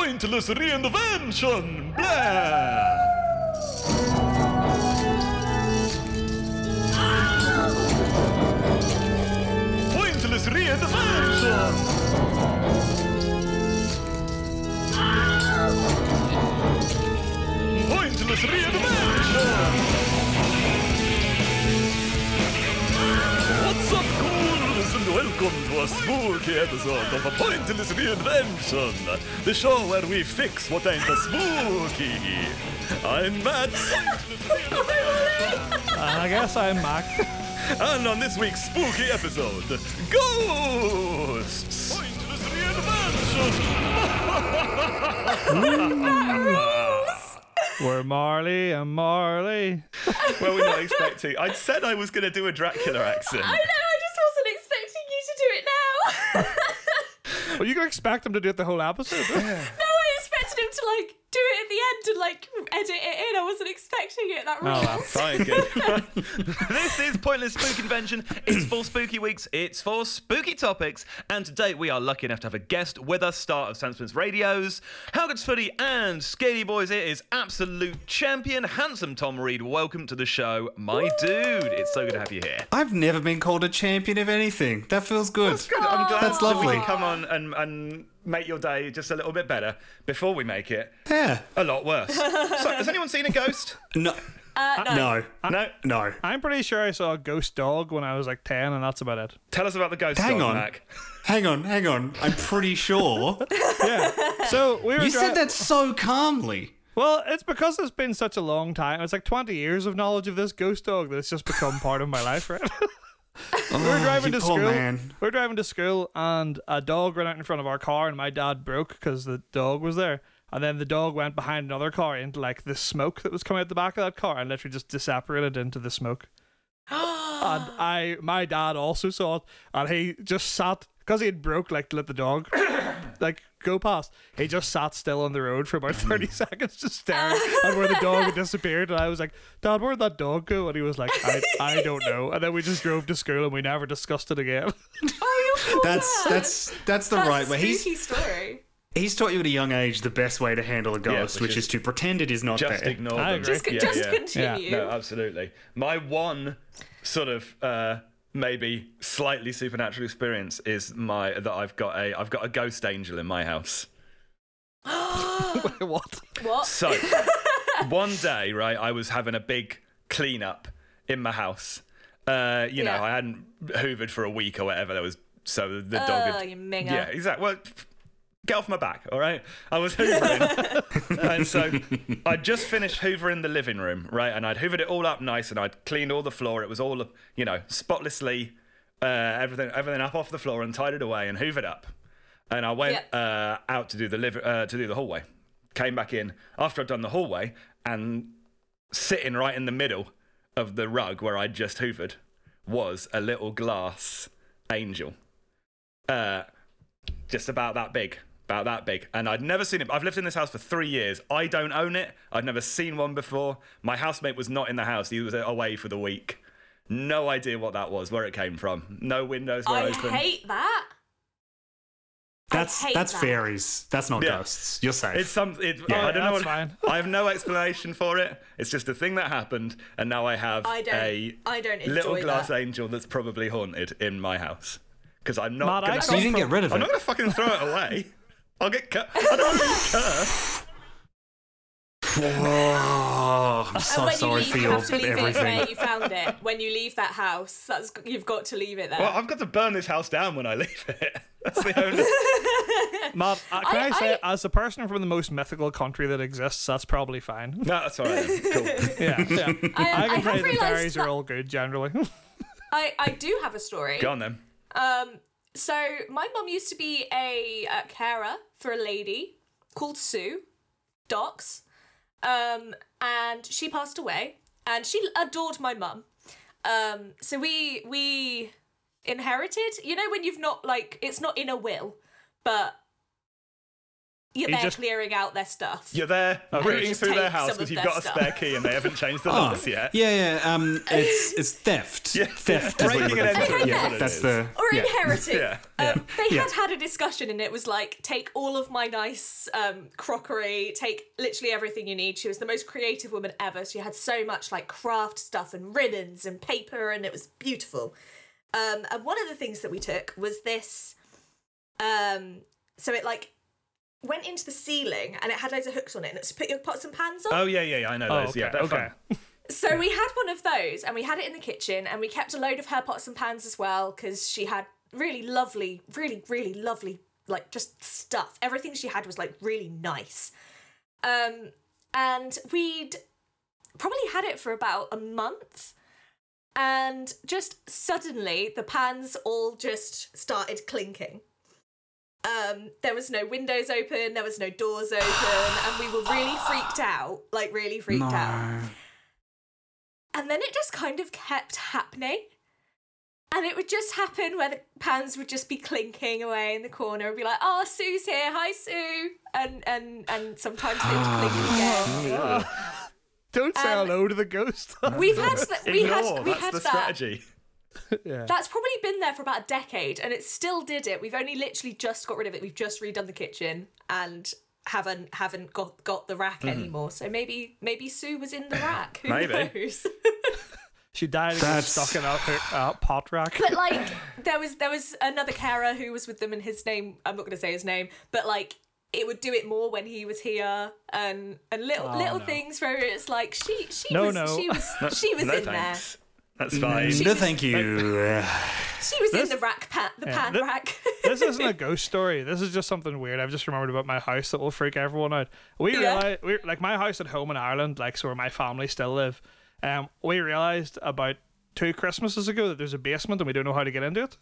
Pointless reinvention! Blah! Pointless reinvention! Pointless reinvention! What's up, ghouls, and welcome to a spooky episode of a Pointless Reinvention, the show where we fix what ain't a spooky. I'm Matt, I guess I'm Mark. and on this week's spooky episode, ghosts. Pointless Reinvention! We're Marley and Marley. Well, we're not expecting. I said I was going to do a Dracula accent. I know, I just wasn't expecting you to do it now. Well, you can expect them to do it the whole episode. no, I expected him to like do it at the end and like edit it in. I wasn't expecting it that Oh, really. well. Fine, good. this is Pointless Spook Convention. It's for spooky weeks, it's for spooky topics, and today we are lucky enough to have a guest with us, star of Sandspins Radio's, Howgard's Footy and Scaly Boys. It is absolute champion, handsome Tom Reed. Welcome to the show, my dude. It's so good to have you here. I've never been called a champion of anything. That feels good. I'm glad That's that we lovely. can come on and, and make your day just a little bit better before we make it Yeah. a lot worse. so, has anyone seen a ghost? No. Uh, no. No. No. I'm pretty sure I saw a ghost dog when I was like 10, and that's about it. Tell us about the ghost. Hang dog, on. Mac. Hang on. Hang on. I'm pretty sure. Yeah. So we were dri- you said that so calmly. Well, it's because it's been such a long time. It's like 20 years of knowledge of this ghost dog that's just become part of my life, right? we were driving Oh, you to poor school. man. We were driving to school, and a dog ran out in front of our car, and my dad broke because the dog was there. And then the dog went behind another car into like the smoke that was coming out the back of that car, and literally just disapparated into the smoke. and I, my dad also saw it, and he just sat because he had broke like to let the dog like go past. He just sat still on the road for about thirty seconds, just staring at where the dog had disappeared. And I was like, "Dad, where'd that dog go?" And he was like, "I, I don't know." And then we just drove to school, and we never discussed it again. Oh, you're cool. That's that's that's the That's right a way. He's spooky story. he's taught you at a young age the best way to handle a ghost, which which, is is, to pretend it is not Just there. ignore I them. agree. Just, Yeah, just yeah. continue. No, absolutely. My one sort of uh, maybe slightly supernatural experience is my that I've got a I've got a ghost angel in my house. what? what? So one day, right, I was having a big cleanup in my house. Uh, you know, Yeah. I hadn't hoovered for a week or whatever. There was so the dog. Oh, had- you minger. Yeah, exactly. Well, f- get off my back, all right? I was hoovering. and so I'd just finished hoovering the living room, right? And I'd hoovered it all up nice and I'd cleaned all the floor. It was all, you know, spotlessly, uh, everything, everything up off the floor and tied it away and hoovered up. And I went Yeah. uh, out to do the liv- uh, to do the hallway. Came back in after I'd done the hallway and sitting right in the middle of the rug where I'd just hoovered was a little glass angel uh, just about that big. About that big. And I'd never seen it. I've lived in this house for three years. I don't own it. I'd never seen one before. My housemate was not in the house. He was away for the week. No idea what that was, where it came from. No windows were I open. hate that. I That's hate that's that. fairies. That's not Yeah. ghosts. You're safe. It's some. It, Yeah, I don't know. that's What, fine. I have no explanation for it. It's just a thing that happened, and now I have I don't- a I don't enjoy little glass that. angel that's probably haunted in my house because I'm not. Matt, I gonna, got so you didn't from- get rid of I'm it. not gonna fucking throw it away. I'll get cut. I don't want to be cursed. Whoa, I'm And so when sorry Oh, you leave, for you your have to leave it where everything. you found it. When you leave that house, that's you've got to leave it there. Well, I've got to burn this house down when I leave it. That's the only. Matt, uh, can I, I- say, as a person from the most mythical country that exists, that's probably fine. no, that's all right. Then. Cool. Yeah, yeah. I, I I can have say the realised fairies that are all good generally. I, I do have a story. Go on then. Um, so my mum used to be a, uh carer for a lady called Sue Docs, um, and she passed away. And she adored my mum. Um, so we we inherited. You know when you've not like it's not in a will, but You're He there just- clearing out their stuff. You're there rooting just through their take house some because of you've their got a stuff. Ah. spare key and they haven't changed the Oh, locks yet. yeah, yeah. Um, it's it's theft. Theft. Is what Breaking you're and looking for. entering. Yeah, is what it that's is. the. or yeah. inheriting. Yeah, Um, they Yeah. had had a discussion and it was like, take all of my nice um, crockery, take literally everything you need. She was the most creative woman ever. She had so much like craft stuff and ribbons and paper, and it was beautiful. Um, and one of the things that we took was this. Um, so it like went into the ceiling and it had loads of hooks on it, and it's to put your pots and pans on. Oh yeah, yeah, yeah. I know Oh, those. okay. yeah, they're okay. fun. So we had one of those, and we had it in the kitchen, and we kept a load of her pots and pans as well because she had really lovely, really, really lovely, like just stuff. Everything she had was like really nice. Um, and we'd probably had it for about a month, and just suddenly the pans all just started clinking. Um, there was no windows open, there was no doors open, and we were really freaked out, like really freaked out. No. And then it just kind of kept happening. And it would just happen where the pans would just be clinking away in the corner and be like, oh, Sue's here. Hi, Sue. And and and sometimes they would clink again. Don't say Um, hello to the ghost. We've had that. We Ignore, had, we that's had the that. strategy. yeah. That's probably been there for about a decade and it still did it. We've only literally just got rid of it. We've just redone the kitchen and haven't haven't got got the rack anymore. So maybe maybe Sue was in the rack. Who Maybe. knows? She died and was That's- stuck in out her uh, pot rack. but like there was there was another carer who was with them and his name i'm not going to say his name but like it would do it more when he was here and and little little things where it's like she she No, was no. she was she was no in Mm. thanks. That's fine. No, thank you. there she was in the rack pan the pan Th- rack this isn't a ghost story. This is just something weird. I've just remembered about my house that will freak everyone out. We Yeah. realized, we like my house at home in Ireland, like so where my family still live. Um, we realized about two Christmases ago that there's a basement and we don't know how to get into it.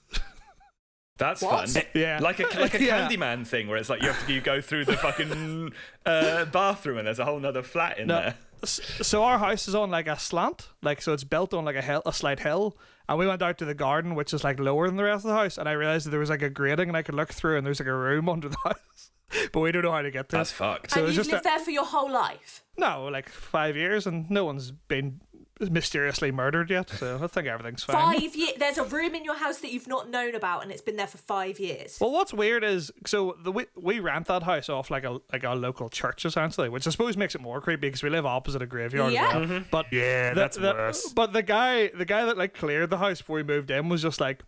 That's What? Eh, fun. Yeah. Like a like a Yeah. Candyman thing where it's like you have to you go through the fucking uh, bathroom and there's a whole nother flat in No. there. S- so our house is on like a slant, like so it's built on like a hill, a slight hill. And we went out to the garden, which is like lower than the rest of the house. And I realized that there was like a grating, and I could look through, and there's like a room under the house. But we don't know how to get there. That's fucked. So and it's you've just lived a- there for your whole life No, like five years, and no one's been mysteriously murdered yet, so I think everything's fine. five years there's a room in your house that you've not known about and it's been there for five years Well, what's weird is so the we, we rent that house off like a like a local church essentially, which I suppose makes it more creepy because we live opposite a graveyard. Yeah. as well. Mm-hmm. but Yeah, the- that's the- worse. But the guy the guy that like cleared the house before we moved in was just like,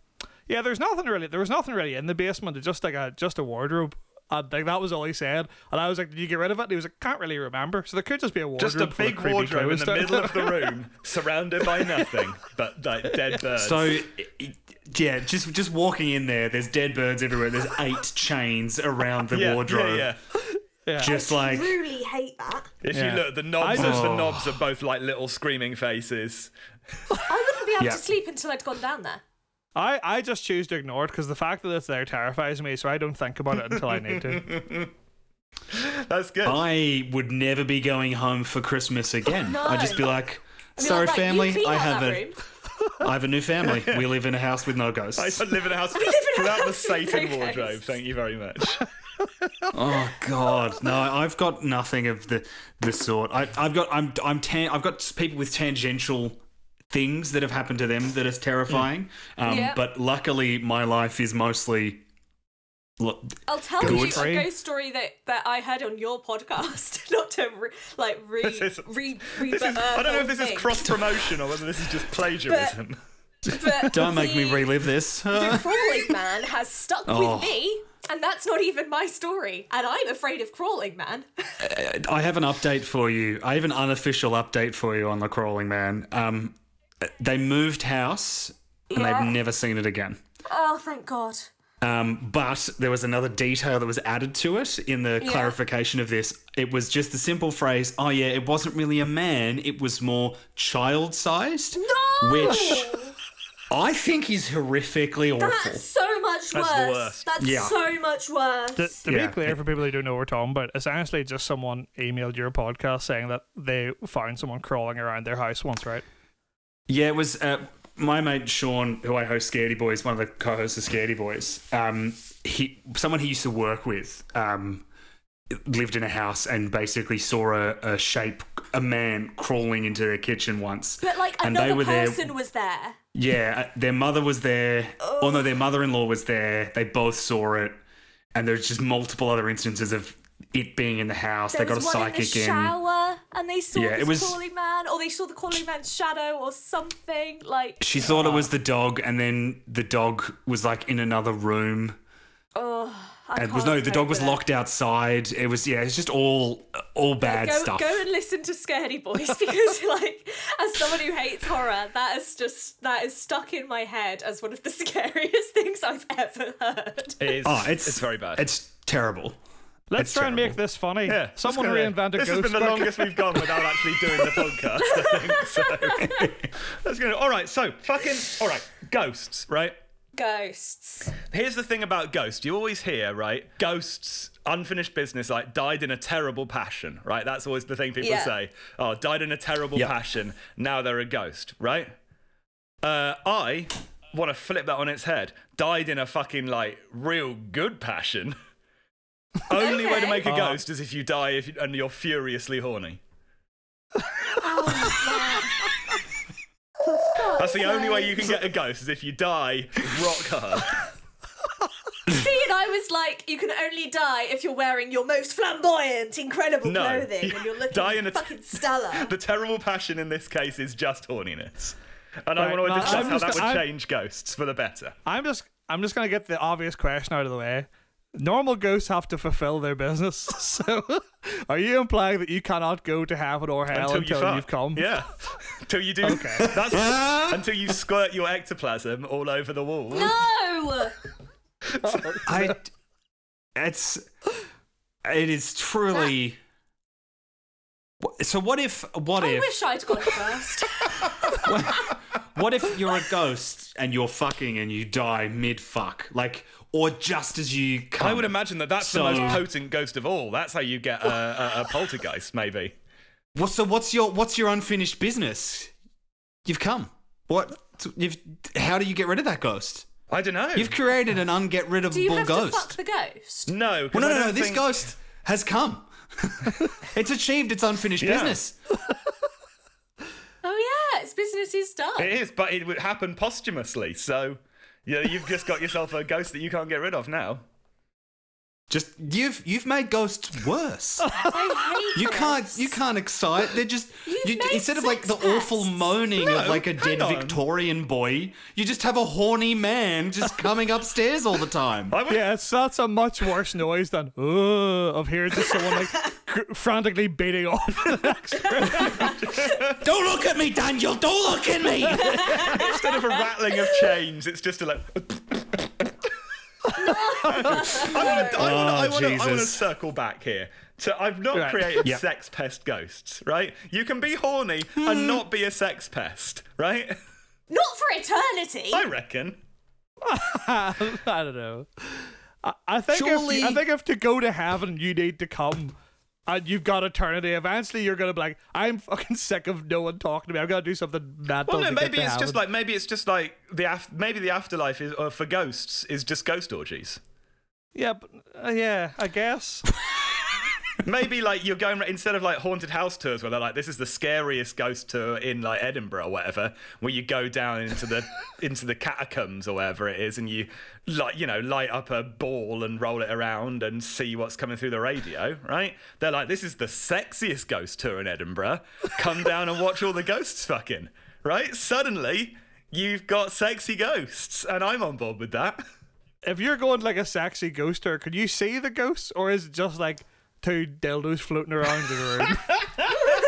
yeah, there's nothing really. There was nothing really in the basement. It's just like a just a wardrobe. And like that was all he said, and I was like, "Did you get rid of it?" And he was like, "Can't really remember." So there could just be a wardrobe. Just a full of big creepy wardrobe in clothes the down middle there. of the room, surrounded by nothing but like dead birds. So i- i- yeah, just just walking in there, there's dead birds everywhere. There's eight chains around the Yeah, yeah, wardrobe. yeah. Just like truly hate that If Yeah. you look, the knobs, I- the knobs are both like little screaming faces. i wouldn't be able Yeah. to sleep until i'd gone down there I, I just choose to ignore it because the fact that it's there terrifies me, so I don't think about it until I need to. That's good. Oh. I would never be going home for Christmas again. No. I'd just be like, I'd be sorry, like, right, you family, clean I out have that a room. I have a new family. We live in a house with no I ghosts. live in a house without the Satan wardrobe. Thank you very much. Oh God, no! I've got nothing of the the sort. I, I've got I'm I'm tan- I've got people with tangential things that have happened to them that is terrifying. Um, Yeah. But luckily, my life is mostly. Look, I'll tell Good you train. a ghost story that, that I heard on your podcast, not to re, like re is- re re. This is, uh, I don't know if whole this is thing, cross promotion or whether this is just plagiarism. but don't make me the- relive this. The crawling man has stuck Oh. with me, and that's not even my story. And I'm afraid of crawling man. I have an update for you. I have an unofficial update for you on the crawling man. Um, they moved house and Yeah. they've never seen it again. Oh, thank God. Um, but there was another detail that was added to it in the clarification of this. It was just the simple phrase, oh, yeah, it wasn't really a man, it was more child sized. No, Which I think is horrifically awful. that's so much worse. That's the worst. That's Yeah. so much worse. To, to Yeah. be clear, for people who don't know what we're talking about, essentially just someone emailed your podcast saying that they found someone crawling around their house once, right? Yeah, it was uh, my mate Sean, who I host Scaredy Boys, one of the co-hosts of Scaredy Boys. Um, he, someone he used to work with, um, lived in a house and basically saw a, a shape, a man crawling into their kitchen once. But like and another they were there. person was there. Yeah, uh, their mother was there. Oh no, their mother-in-law was there. They both saw it, and there's just multiple other instances of it being in the house. There they got a was one in the psychic in. shower, and they saw Yeah, this it was- crawling man, or they saw the crawling man's shadow, or something. Like, She thought it was the dog, and then the dog was like in another room. oh, I And was can't no, the dog cope was with it. locked outside. It was yeah, it's just all all bad go, stuff. Go and listen to Scaredy Boys because, like, as someone who hates horror, that is just that is stuck in my head as one of the scariest things I've ever heard. It's, oh, it's it's very bad. It's terrible. Let's It's try and make terrible. this funny. Yeah, it's Someone gonna- reinvent a This ghost. has been the book. longest we've gone without actually doing the podcast. I think so. That's gonna. All right, so fucking. All right, ghosts. Right. Ghosts. Here's the thing about ghosts. You always hear, right? Ghosts, unfinished business, like died in a terrible passion, right? That's always the thing people Yeah. say. Oh, died in a terrible Yeah. passion. Now they're a ghost, right? Uh, I want to flip that on its head. Died in a fucking, like, real good passion. Only way to Okay. make a Ah. ghost is if you die if you, and you're furiously horny. That's the only way you can get a ghost is if you die rock hard. See, and I was like, you can only die if you're wearing your most flamboyant, incredible No. clothing, and you're looking Die in a t- fucking stellar. The terrible passion in this case is just horniness. And I Right, want to no, discuss I'm how just- that would I'm- change ghosts for the better. I'm just I'm just gonna get the obvious question out of the way. Normal ghosts have to fulfill their business. So are you implying that you cannot go to heaven or hell until, fuck. you have come? Yeah. Until you do. Okay. That's, until you squirt your ectoplasm all over the wall. No. I. It's. It is truly. So what if? What I if? wish I'd gone first. What if you're a ghost and you're fucking and you die mid fuck, like, or just as you come? I would imagine that that's the So- most potent ghost of all. That's how you get a, a, a poltergeist, maybe. Well, so what's your what's your unfinished business? You've come. What? You've. How do you get rid of that ghost? I don't know. You've created an unget rid of Do you have ghost. to fuck the ghost? no. 'cause I well, no, no, no. don't This think- ghost has come. it's achieved its unfinished Yeah. business. Oh yeah, it's business is done. It is, but it would happen posthumously. So yeah, you've just got yourself a ghost that you can't get rid of now. Just you've you've made ghosts worse. I hate You can't ghosts. you can't excite. They're just you You've made instead of like the sex pests. awful moaning of No, like a hang dead on. Victorian boy. You just have a horny man just coming upstairs all the time. I would Yeah, it's that's a much worse noise than "Ugh," of hearing just someone like cr- frantically beating off. Don't look at me, Daniel. Don't look at me. instead of a rattling of chains, it's just a like. I want to. I want to. I want to. I want to Jesus. circle back here. So I've not Right. created Yeah. sex pest ghosts, right? You can be horny and not be a sex pest, right? Not for eternity. I reckon. I don't know. I, I think if Surely- you- I think if to go to heaven you need to come. And you've got eternity. Eventually, you're gonna be like, "I'm fucking sick of no one talking to me. I've got to do something mad." Well, no, to maybe get to it's just heaven." like maybe it's just like the af- maybe the afterlife is uh, for ghosts is just ghost orgies. yeah, but, uh, yeah, I guess. Maybe like you're going instead of like haunted house tours where they're like this is the scariest ghost tour in like Edinburgh or whatever, where you go down into the into the catacombs or wherever it is, and you like you know light up a ball and roll it around and see what's coming through the radio, right? They're like this is the sexiest ghost tour in Edinburgh. Come down and watch all the ghosts fucking right. Suddenly you've got sexy ghosts, and I'm on board with that. if you're going like a sexy ghost tour, could you see the ghosts, or is it just like two dildos floating around in the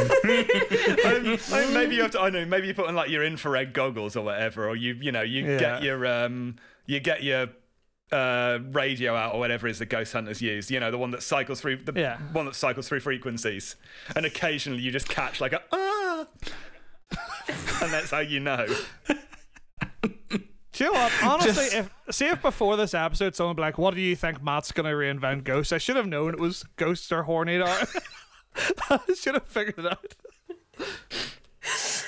room? I mean, maybe you have to. I know. Maybe you put on like your infrared goggles or whatever, or you you know you Yeah. get your um you get your uh radio out or whatever it is the ghost hunters use. You know the one that cycles through the Yeah. one that cycles through frequencies, and occasionally you just catch like a ah, and that's how you know. Do you know what? Honestly, Just- if see if before this episode someone be like, "What do you think Matt's gonna reinvent ghosts?" I should have known it was ghosts are horny. Or I should have figured it out.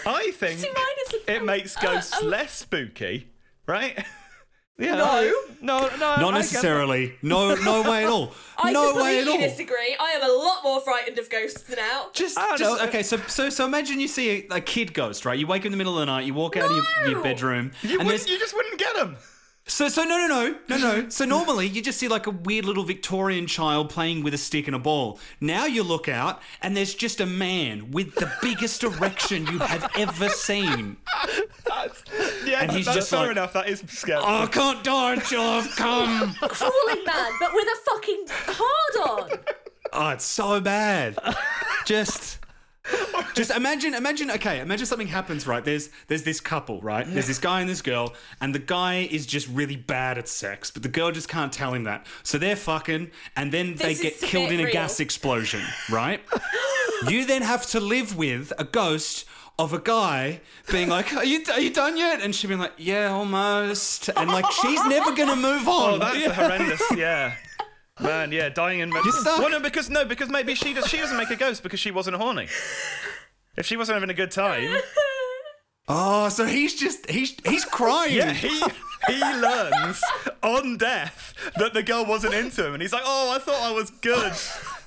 I think See, mine is- it makes oh, ghosts oh. less spooky, right? Yeah, No. I- no, no, I get Not that. necessarily. No, no way at all. I no way at completely all. disagree. I am a lot more frightened of ghosts now. Just, I don't just know. okay. So, so, so imagine you see a, a kid ghost, right? You wake up in the middle of the night. You walk out of your, your No! bedroom, You, and there's wouldn't, you just wouldn't get them. so, so no, no, no, no, no. So normally you just see like a weird little Victorian child playing with a stick and a ball. Now you look out, and there's just a man with the biggest erection you have ever seen. Yeah, And he's that's just fair like- enough. That is scary. I Oh, can't die until I've come. Crawling man, but with a fucking hard on. Oh, it's so bad. Just just imagine imagine okay, imagine something happens, right? There's there's this couple, right? There's this guy and this girl, and the guy is just really bad at sex, but the girl just can't tell him that. So they're fucking and then This they get is a killed bit in a real. gas explosion, right? you then have to live with a ghost of a guy being like, "Are you are you done yet?" And she being like, "Yeah, almost." And like she's never going to move on. Oh, that's horrendous. Yeah. Man, yeah, dying in. You suck. Well, no, because no, because maybe she does. She doesn't make a ghost because she wasn't horny. If she wasn't having a good time, Oh, so he's just he's he's crying. yeah, he he learns on death that the girl wasn't into him, and he's like, "Oh, I thought I was good,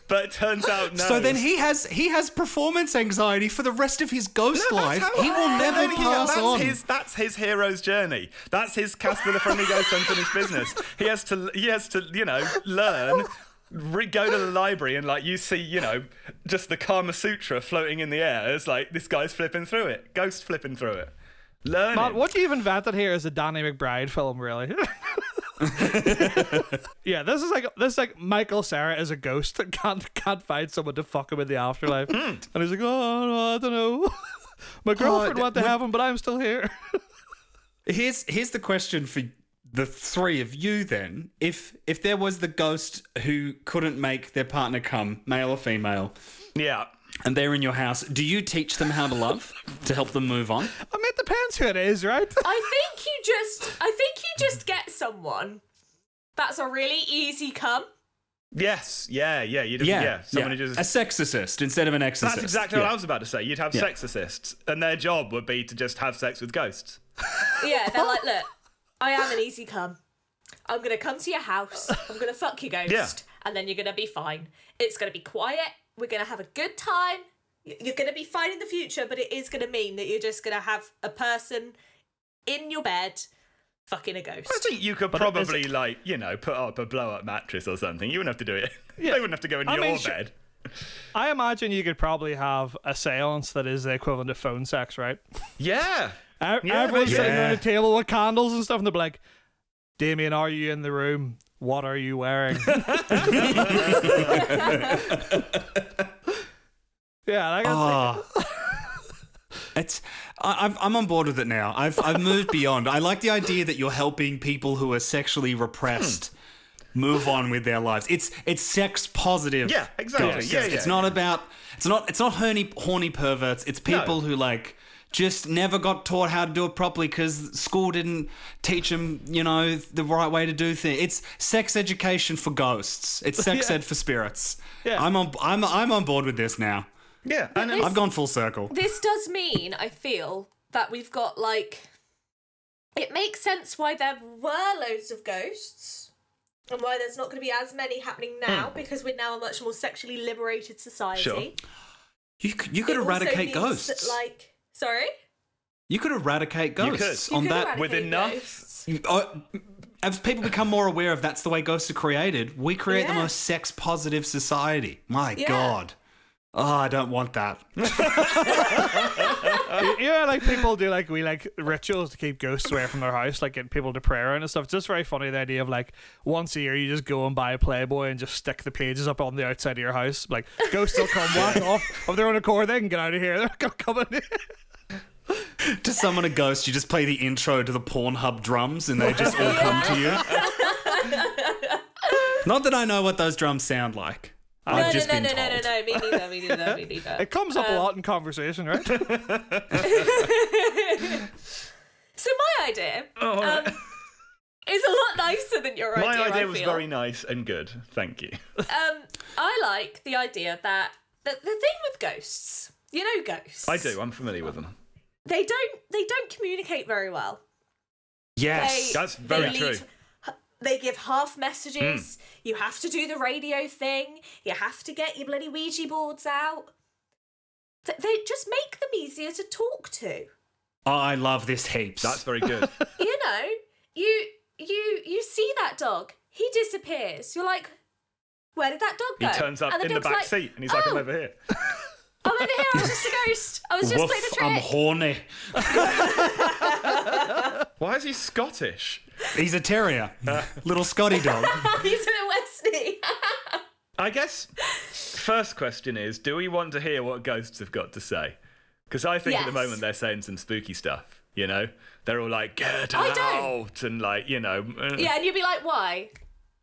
but it turns out no." So then he has he has performance anxiety for the rest of his ghost No, that's life. how- he will no, never no, he- pass that's on. His, that's his hero's journey. That's his Casper the Friendly Ghost unfinished business. He has to, he has to, you know, learn. Re- go to the library and like you see, you know, just the Kama Sutra floating in the air. It's like this guy's flipping through it, ghost flipping through it. Learn. Matt, what you've invented here is a Danny McBride film, really. yeah, this is like this is like Michael Sarah is a ghost that can't can't find someone to fuck him in the afterlife, Hmm. and he's like, oh, no, I don't know. My girlfriend Oh, d- went to heaven, but I'm still here. Here's here's the question for the three of you then. If if there was the ghost who couldn't make their partner come, male or female, Yeah. and they're in your house, do you teach them how to love to help them move on? I mean, it depends who it is, right? I think you just I think you just get someone. That's a really easy come. Yes. Yeah. Yeah. You just, yeah. Yeah. Someone who a just. sex assist instead of an exorcist. That's exactly Yeah. what I was about to say. You'd have sex assists, and their job would be to just have sex with ghosts. Yeah, they're like, look, I am an easy come. I'm gonna come to your house. I'm gonna fuck your ghost, Yeah. and then you're gonna be fine. It's gonna be quiet. We're gonna have a good time. Y- You're gonna be fine in the future, but it is gonna mean that you're just gonna have a person in your bed fucking a ghost. I think you could it- there's- probably, like, you know, put up a blow up mattress or something. You wouldn't have to do it. Yeah. they wouldn't have to go in I your mean, sh- bed. I imagine you could probably have a séance that is the equivalent of phone sex, right? Yeah. E- Yeah, Everyone's maybe. sitting around a Yeah. table with candles and stuff, and they're like, Damien, are you in the room? What are you wearing? yeah, like, Ah. It's I, I've, I'm on board with it now. I've I've moved beyond. I like the idea that you're helping people who are sexually repressed move on with their lives. It's it's sex positive. Hmm. Yeah, exactly. ghosts. Yeah, yeah, it's yeah. not about it's not it's not horny horny perverts. It's people who like just never got taught how to do it properly because school didn't teach them you know the right way to do things. It's sex education for ghosts. It's sex Yeah. ed for spirits. Yeah. I'm on I'm I'm on board with this now. Yeah. And I've gone full circle. this does mean I feel that we've got like it makes sense why there were loads of ghosts and why there's not going to be as many happening now because we're now a much more sexually liberated society. Sure. You could, you could It also eradicate means that, ghosts. like, sorry, you could eradicate You could. ghosts You on could that. eradicate with enough- ghosts. you- oh, as people become more aware of that's the way ghosts are created, we create the Yeah. most sex positive society. My Yeah. God. Oh, I don't want that. you know, like people do like we like rituals to keep ghosts away from their house, like get people to prayer and stuff. It's just very funny the idea of like once a year you just go and buy a Playboy and just stick the pages up on the outside of your house. Like ghosts will come walk off of their own accord, they can get out of here. They're not coming in. to summon a ghost, you just play the intro to the Pornhub drums and they just all come to you. Not that I know what those drums sound like. No, I've no, just no, been no, told. no, no, no, me neither, me neither, me neither. Um, It comes up a lot in conversation, right? So my idea um, is a lot nicer than your my idea. idea I was feel. very nice and good. Thank you. Um, I like the idea that the, the thing with ghosts, you know, ghosts. I do. I'm familiar with them. They don't. They don't communicate very well. Yes. That's very they true. Hmm. leave- they give half messages. You have to do the radio thing. You have to get your bloody Ouija boards out. Th- They just make them easier to talk to. I love this heaps. That's very good. you know, you you you see that dog. He disappears. You're like, where did that dog He go? turns up And in the dog's back like, seat and he's like, oh, I'm over here. I'm over Oh, here. I was just a ghost. I was just Woof, playing a trick. I'm horny. Why is he Scottish? He's a terrier. Little Scotty dog. He's in a Wesley. I guess first question is do we want to hear what ghosts have got to say? Because I think at the Yes. moment they're saying some spooky stuff, you know? They're all like, get I don't. out! And like, you know. uh, yeah, and you'd be like, why?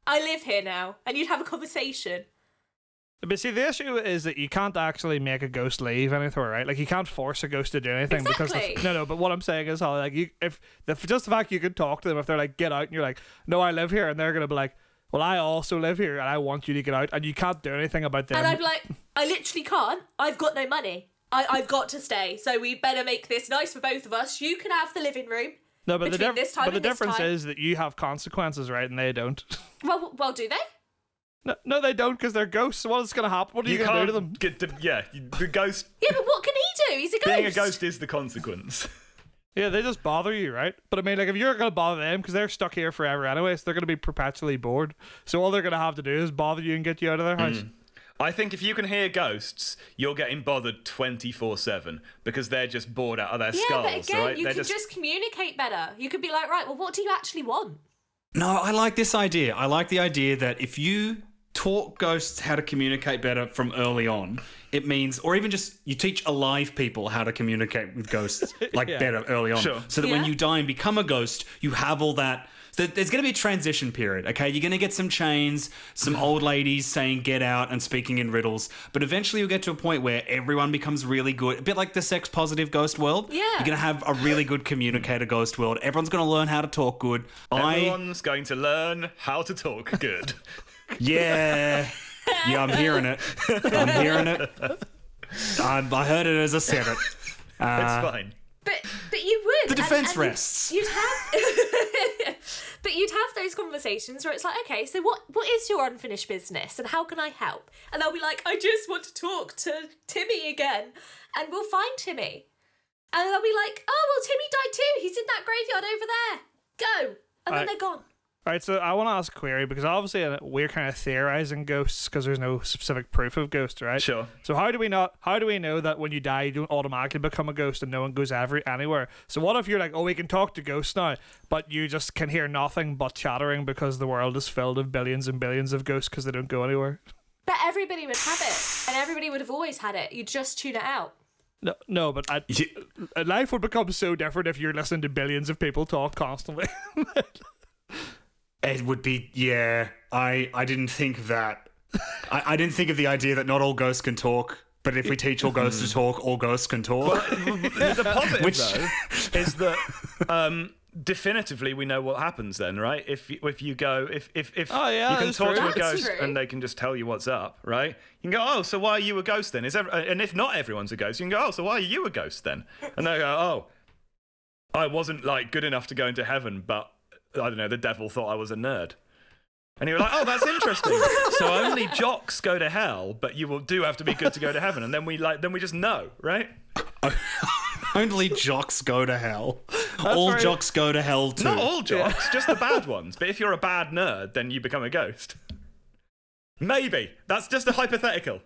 I live here now, and you'd have a conversation. But see, the issue is that you can't actually make a ghost leave anything, right? Like you can't force a ghost to do anything because Exactly. the, no, no. But what I'm saying is, Holly, like you, if the, just the fact you can talk to them, if they're like, "Get out," and you're like, "No, I live here," and they're gonna be like, "Well, I also live here, and I want you to get out," and you can't do anything about them. And I'd be like, I literally can't. I've got no money. I, I've got to stay. So we better make this nice for both of us. You can have the living room. no, but the, between dif- this time but the and this difference time- is that you have consequences, right? And they don't. Well, well, do they? no, no, they don't because they're ghosts. What's gonna happen? What are you, You gonna do can't to them? get to, yeah, you- the ghost, Yeah, but what can he do? He's a ghost. being a ghost is the consequence. Yeah, they just bother you, right? But I mean, like, if you're gonna bother them because they're stuck here forever anyway, so they're gonna be perpetually bored. So all they're gonna have to do is bother you and get you out of their house. I think if you can hear ghosts, you're getting bothered 24 7 because they're just bored out of their Yeah, skulls, but again, right? you they're can just... communicate better. You could be like, right, well, what do you actually want? No, I like this idea. I like the idea that if you taught ghosts how to communicate better from early on, it means, or even just you teach alive people how to communicate with ghosts like better early on, Sure. so that when Yeah. you die and become a ghost, you have all that. So there's going to be a transition period, okay? You're going to get some chains, some old ladies saying get out and speaking in riddles, but eventually you'll get to a point where everyone becomes really good, a bit like the sex positive ghost world. Yeah. You're going to have a really good communicator ghost world. Everyone's going to learn how to talk good. I Everyone's going to learn how to talk good. yeah. Yeah, I'm hearing it. I'm hearing it. I'm, I heard it as I said it. it's Uh, fine. But but you would and- The defense and rests. You'd, you'd have, but you'd have those conversations where it's like, okay, so what what is your unfinished business, and how can I help? And they'll be like, I just want to talk to Timmy again, and we'll find Timmy, and they'll be like, oh well, Timmy died too. He's in that graveyard over there. Go, and then I- they're gone. All right, so I want to ask a query because obviously uh, we're kind of theorizing ghosts because there's no specific proof of ghosts, right? Sure. So how do we not? How do we know that when you die, you don't automatically become a ghost and no one goes every anywhere? So what if you're like, oh, we can talk to ghosts now, but you just can hear nothing but chattering because the world is filled of billions and billions of ghosts because they don't go anywhere? But everybody would have it, and everybody would have always had it. You just tune it out. No, no, but I, uh, life would become so different if you're listening to billions of people talk constantly. It would be yeah. I I didn't think of that. I, I didn't think of the idea that not all ghosts can talk, but if we teach all ghosts to talk, all ghosts can talk. the positive Which- though is that um, definitively we know what happens then, right? If you- if you go if if if Oh, yeah, you can that's talk true. to a That's ghost true. and they can just tell you what's up, right? You can go, oh, so why are you a ghost then? Is ever and if not everyone's a ghost, you can go, oh, so why are you a ghost then? And they go, oh, I wasn't like good enough to go into heaven, but I don't know, the devil thought I was a nerd. And you're like, oh, that's interesting. so only jocks go to hell, but you will do have to be good to go to heaven. And then we like, then we just know, right? Only jocks go to hell. all very- jocks go to hell too. Not all jocks, just the bad ones. But if you're a bad nerd, then you become a ghost. Maybe. That's just a hypothetical.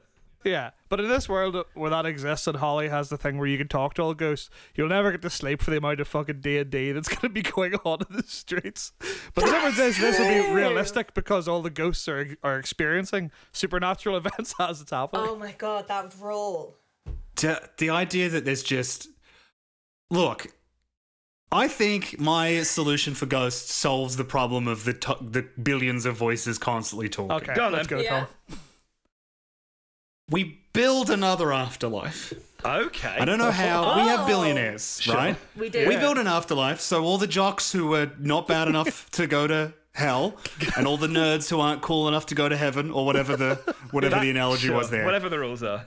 yeah, but in this world where that exists and Holly has the thing where you can talk to all ghosts, you'll never get to sleep for the amount of fucking D and D that's going to be going on in the streets. But the difference is this will be realistic because all the ghosts are are experiencing supernatural events as it's happening. Oh Oh my god, that would roll. the, the idea that there's just look i think my solution for ghosts solves the problem of the to- the billions of voices constantly talking okay, Go on let's then. go, Yeah. Tom. we build another afterlife Okay. i don't know how we have Oh. billionaires Sure. right We do. we build an afterlife so all the jocks who were not bad enough to go to hell and all the nerds who aren't cool enough to go to heaven or whatever the whatever That- the analogy sure, was there Whatever the rules are.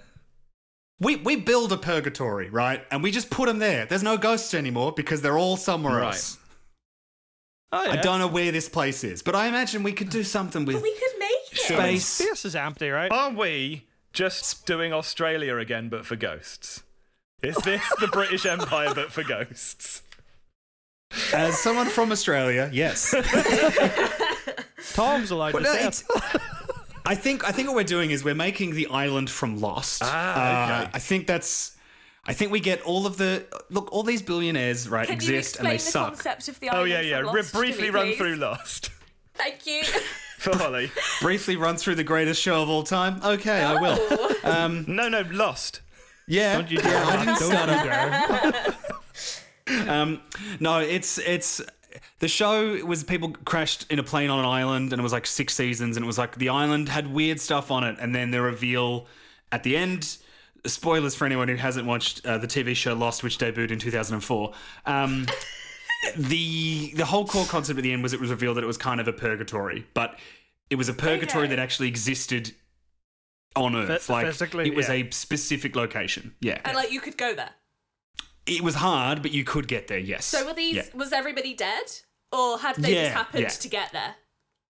We, we build a purgatory, right? And we just put them there. There's no ghosts anymore because they're all somewhere Right. else. Oh, yeah. I don't know where this place is, but I imagine we could do something with We could make it. space. Space is empty, right? Oh. Are we just doing Australia again, but for ghosts? Is this the British Empire, but for ghosts? As someone from Australia, yes. Tom's allowed to no, say it's- I think I think what we're doing is we're making the island from Lost. Ah, Uh, I think that's. I think we get all of the look. All these billionaires, right, Can you exist explain and they the suck. concept of the Oh island yeah, yeah. from Re- Lost to briefly me, run please? through last Thank you. for Holly. Briefly run through the greatest show of all time. Okay, I will. Oh. No, no, lost. Yeah, Don't you dare. yeah, I didn't Mark, don't start you dare. Um, no, it's it's the show was people crashed in a plane on an island, and it was like six seasons, and it was like the island had weird stuff on it, and then the reveal at the end. Spoilers for anyone who hasn't watched uh, the TV show Lost, which debuted in 2004. Um, the the whole core concept at the end was it was revealed that it was kind of a purgatory, but it was a purgatory Okay. that actually existed on Earth. like physically, it was yeah. a specific location. Yeah, and like you could go there. it was hard, but you could get there. Yes. So were these? Yeah. Was everybody dead, or had they Yeah, just happened yeah. to get there?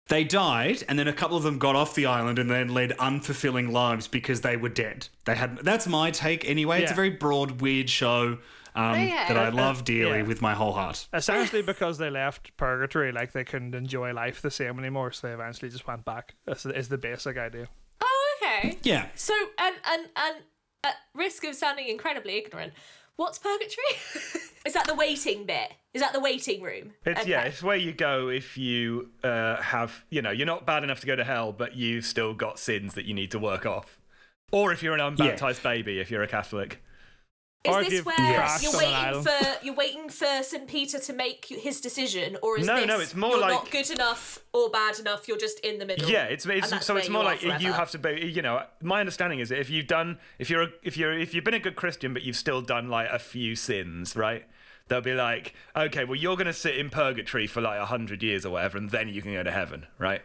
They died, and then a couple of them got off the island and then led unfulfilling lives because they were dead. They had. That's my take anyway. It's a Yeah. very broad, weird show um, yeah. that I Uh, love dearly yeah. with my whole heart. Essentially, because they left purgatory, like they couldn't enjoy life the same anymore, so they eventually just went back. That's is the basic idea. Oh, okay. Yeah. So, and and and at risk of sounding incredibly ignorant, what's purgatory? Is that the waiting bit? Is that the waiting room? It's Okay. yeah, it's where you go if you uh, have you know you're not bad enough to go to hell, but you've still got sins that you need to work off, or if you're an unbaptized baby, if you're a Catholic. Or if Is this you've where crashed you're on an waiting island. for you're waiting for St. Peter to make his decision, or is No, this no, it's more you're like- not good enough or bad enough? You're just in the middle. Yeah, it's, and it's that's so where it's you more are like you forever. have to be. You know, my understanding is that if you've done, if you're, a, if you're, if you've been a good Christian, but you've still done like a few sins, right? They'll be like, okay, well, you're going to sit in purgatory for like a hundred years or whatever, and then you can go to heaven, right?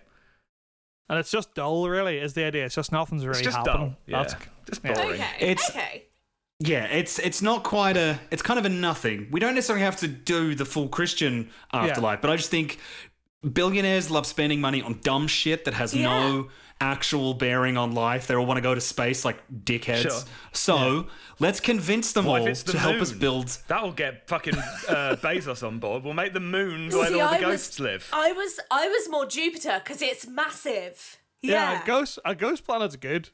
And it's just dull, really, is the idea. It's just nothing's really It's just happening. dull. Yeah. That's- just yeah. boring. Okay. It's- okay. Yeah, it's it's not quite a. It's kind of a nothing. We don't necessarily have to do the full Christian afterlife, but I just think billionaires love spending money on dumb shit that has no actual bearing on life. They all want to go to space like dickheads. Sure. So let's convince them What if all it's the to help us moon? build That'll get fucking uh, Bezos on board. We'll make the moon where See, all the I ghosts was, live. I was I was more Jupiter because it's massive. yeah, Yeah. a ghost a ghost planet's good.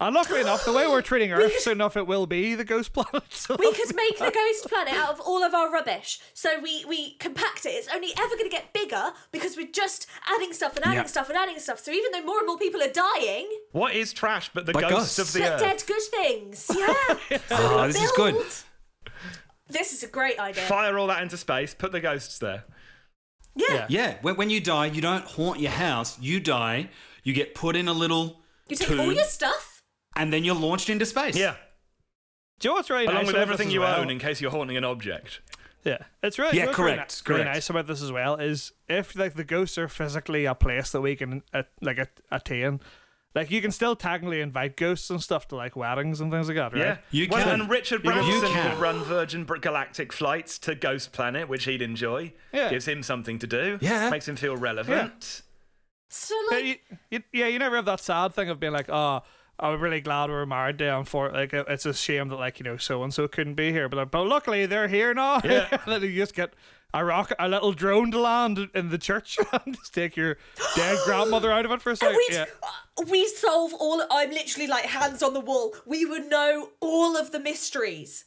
And luckily enough, the way we're treating Earth, soon enough it will be the ghost planet. So We could make the ghost planet out of all of our rubbish. So we, we compact it. It's only ever going to get bigger because we're just adding stuff and adding Yeah. stuff and adding stuff. So even though more and more people are dying, What is trash but the But ghosts, of ghosts. the but earth? dead good things. Yeah. so Ah, we this is good. build- This is a great idea. Fire all that into space. Put the ghosts there. yeah. Yeah, when, when you die, you don't haunt your house. You die, you get put in a little You take tomb, all your stuff. and then you're launched into space. Yeah, Do you know what's really along nice with about everything this as you well? own in case you're haunting an object. Yeah, it's really Yeah, what's really correct, ni- Really, correct. nice about this as well is if like the ghosts are physically a place that we can uh, like at- attain, like you can still technically invite ghosts and stuff to like weddings and things like that, right? Yeah, You well, can. And Richard You Branson can. will run Virgin Br- Galactic flights to Ghost Planet, which he'd enjoy. Yeah. gives him something to do. Yeah. makes him feel relevant. So Yeah, like, you, you, yeah, you never have that sad thing of being like, oh, I'm really glad we were married there. And for like, it- it's a shame that like you know so and so couldn't be here, but like, but luckily they're here now. Yeah. And then you just get a rock, a little drone to land in the church, and just take your dead grandmother out of it for a second. we Yeah. uh, we solve all. I'm literally like hands on the wall. We would know all of the mysteries.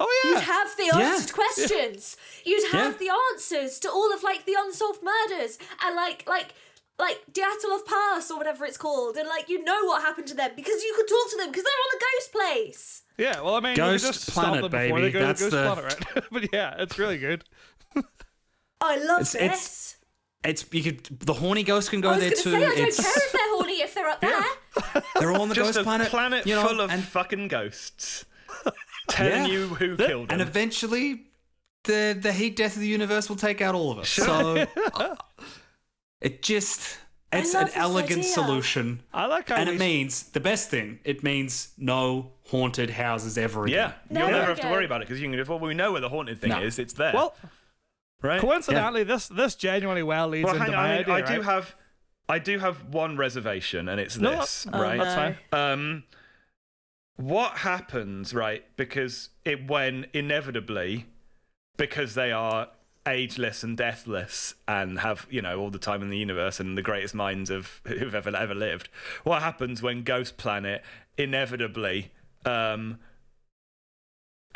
Oh yeah. You'd have the Yeah. answered questions. You'd have Yeah. the answers to all of like the unsolved murders and like like like Dyatlov Pass or whatever it's called, and like you know what happened to them because you could talk to them because they're on the ghost place. Yeah, well, I mean, Ghost you could just Planet, stop them before baby. they go That's to Ghost the- Planet, right? but yeah, it's really good. I love It's- this. it's- It's you could the horny ghosts can go I was there gonna too. say I don't it's, care if they're horny if they're up there. They're all on the Just ghost a planet. planet, you know, full of and, fucking ghosts. Telling Yeah. you who killed them. and eventually the the heat death of the universe will take out all of us. So uh, it just it's love an this elegant idea. solution. I like how And we- it means the best thing. It means no haunted houses ever again. yeah, No, you'll there never we have to go. worry about it because you can. Well, we know where the haunted thing No. is. It's there. well, right? Coincidentally, this this genuinely well leads Well, into hang on. my I, mean, idea. I do right? have, I do have one reservation, and it's No, this, uh, right? That's fine. um what happens right because it when inevitably because they are ageless and deathless and have you know all the time in the universe and the greatest minds of who've ever ever lived what happens when ghost planet inevitably um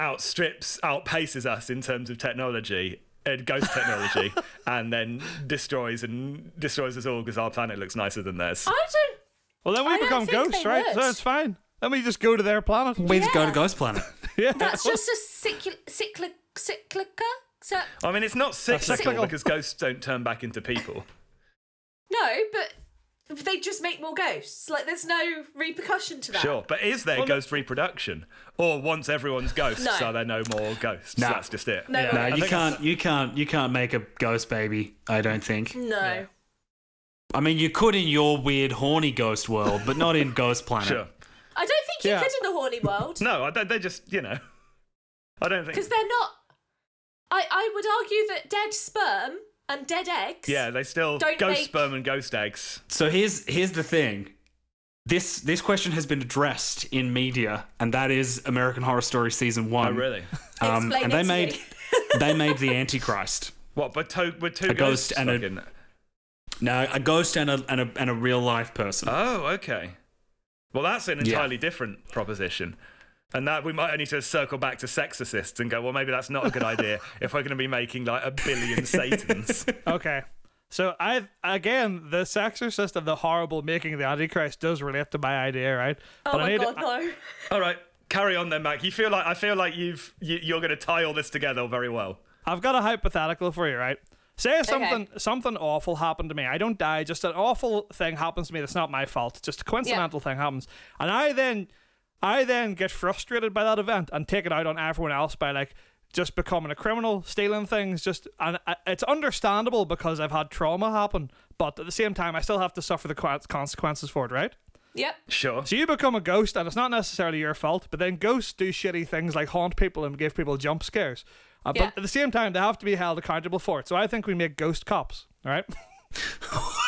outstrips outpaces us in terms of technology and ghost technology and then destroys and destroys us all because our planet looks nicer than theirs I don't. Well, then I we don't become think ghosts, they right? So would. it's fine. Let me just go to their planet. We just go Yeah. to Ghost Planet. yeah. That's just a cyclic, cyclic, cyclica. So, I mean, it's not cyclical, cyclical. because ghosts don't turn back into people. no, but they just make more ghosts. Like, there's no repercussion to that. Sure, but is there ghost reproduction, or once everyone's ghosts, No. are there no more ghosts? Nah. That's just it. No. Yeah. No, I you think- can't. You can't. You can't make a ghost baby. I don't think. No. Yeah. I mean, you could in your weird, horny ghost world, but not in Ghost Planet. Sure. I don't think you Yeah. could in the horny world No, I don't, they just you know. I don't think. because they're not. I, I would argue that dead sperm and dead eggs. Yeah, they still Don't ghost make- sperm and ghost eggs. So here's here's the thing. This this question has been addressed in media, and that is American Horror Story season one. Oh, really? Um, Explain and it they to made me. they made the Antichrist. What? But to- with two A ghosts ghost and a- fucking- No, a ghost and a and a, and a real life person. Uh. Oh, okay. Well, that's an Yeah. entirely different proposition. And that we might need to circle back to sexorcists and go, well, maybe that's not a good idea if we're going to be making like a billion Satans. Okay. So I again the Sexorcist and the horrible making of the Antichrist does relate to my idea, right? Oh But I my need- god, I- no. All right, carry on then, Mac. You feel like I feel like you've you, you're going to tie all this together very well. I've got a hypothetical for you, right? Say something something awful happened to me. I don't die, just an awful thing happens to me that's not my fault. Just a coincidental thing happens. And I then I then get frustrated by that event and take it out on everyone else by like just becoming a criminal, stealing things, just and I, it's understandable because I've had trauma happen, but at the same time I still have to suffer the qu- consequences for it, right? Yep. Sure. So you become a ghost, and it's not necessarily your fault. But then ghosts do shitty things like haunt people and give people jump scares. Uh, Yeah. But at the same time, they have to be held accountable for it. So I think we make ghost cops, all right?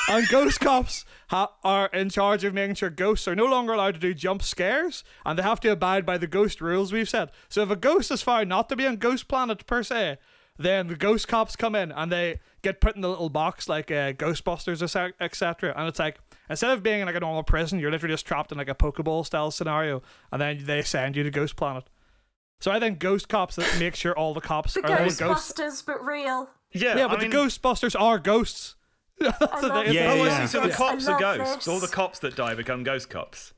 and ghost cops ha- are in charge of making sure ghosts are no longer allowed to do jump scares, and they have to abide by the ghost rules we've set. So if a ghost is found not to be on Ghost Planet per se, then the ghost cops come in and they get put in the little box like uh, Ghostbusters, etc. Et cetera. and it's like instead of being in like a normal prison, you're literally just trapped in like a Pokeball style scenario, and then they send you to Ghost Planet. So I think ghost cops that make sure all the cops The are all ghosts. Ghostbusters, but real. Yeah, Yeah, but I mean, the Ghostbusters are ghosts. So love they- Yeah, Oh, I yeah. see. So the Yeah. cops I are love ghosts. this. All the cops that die become ghost cops.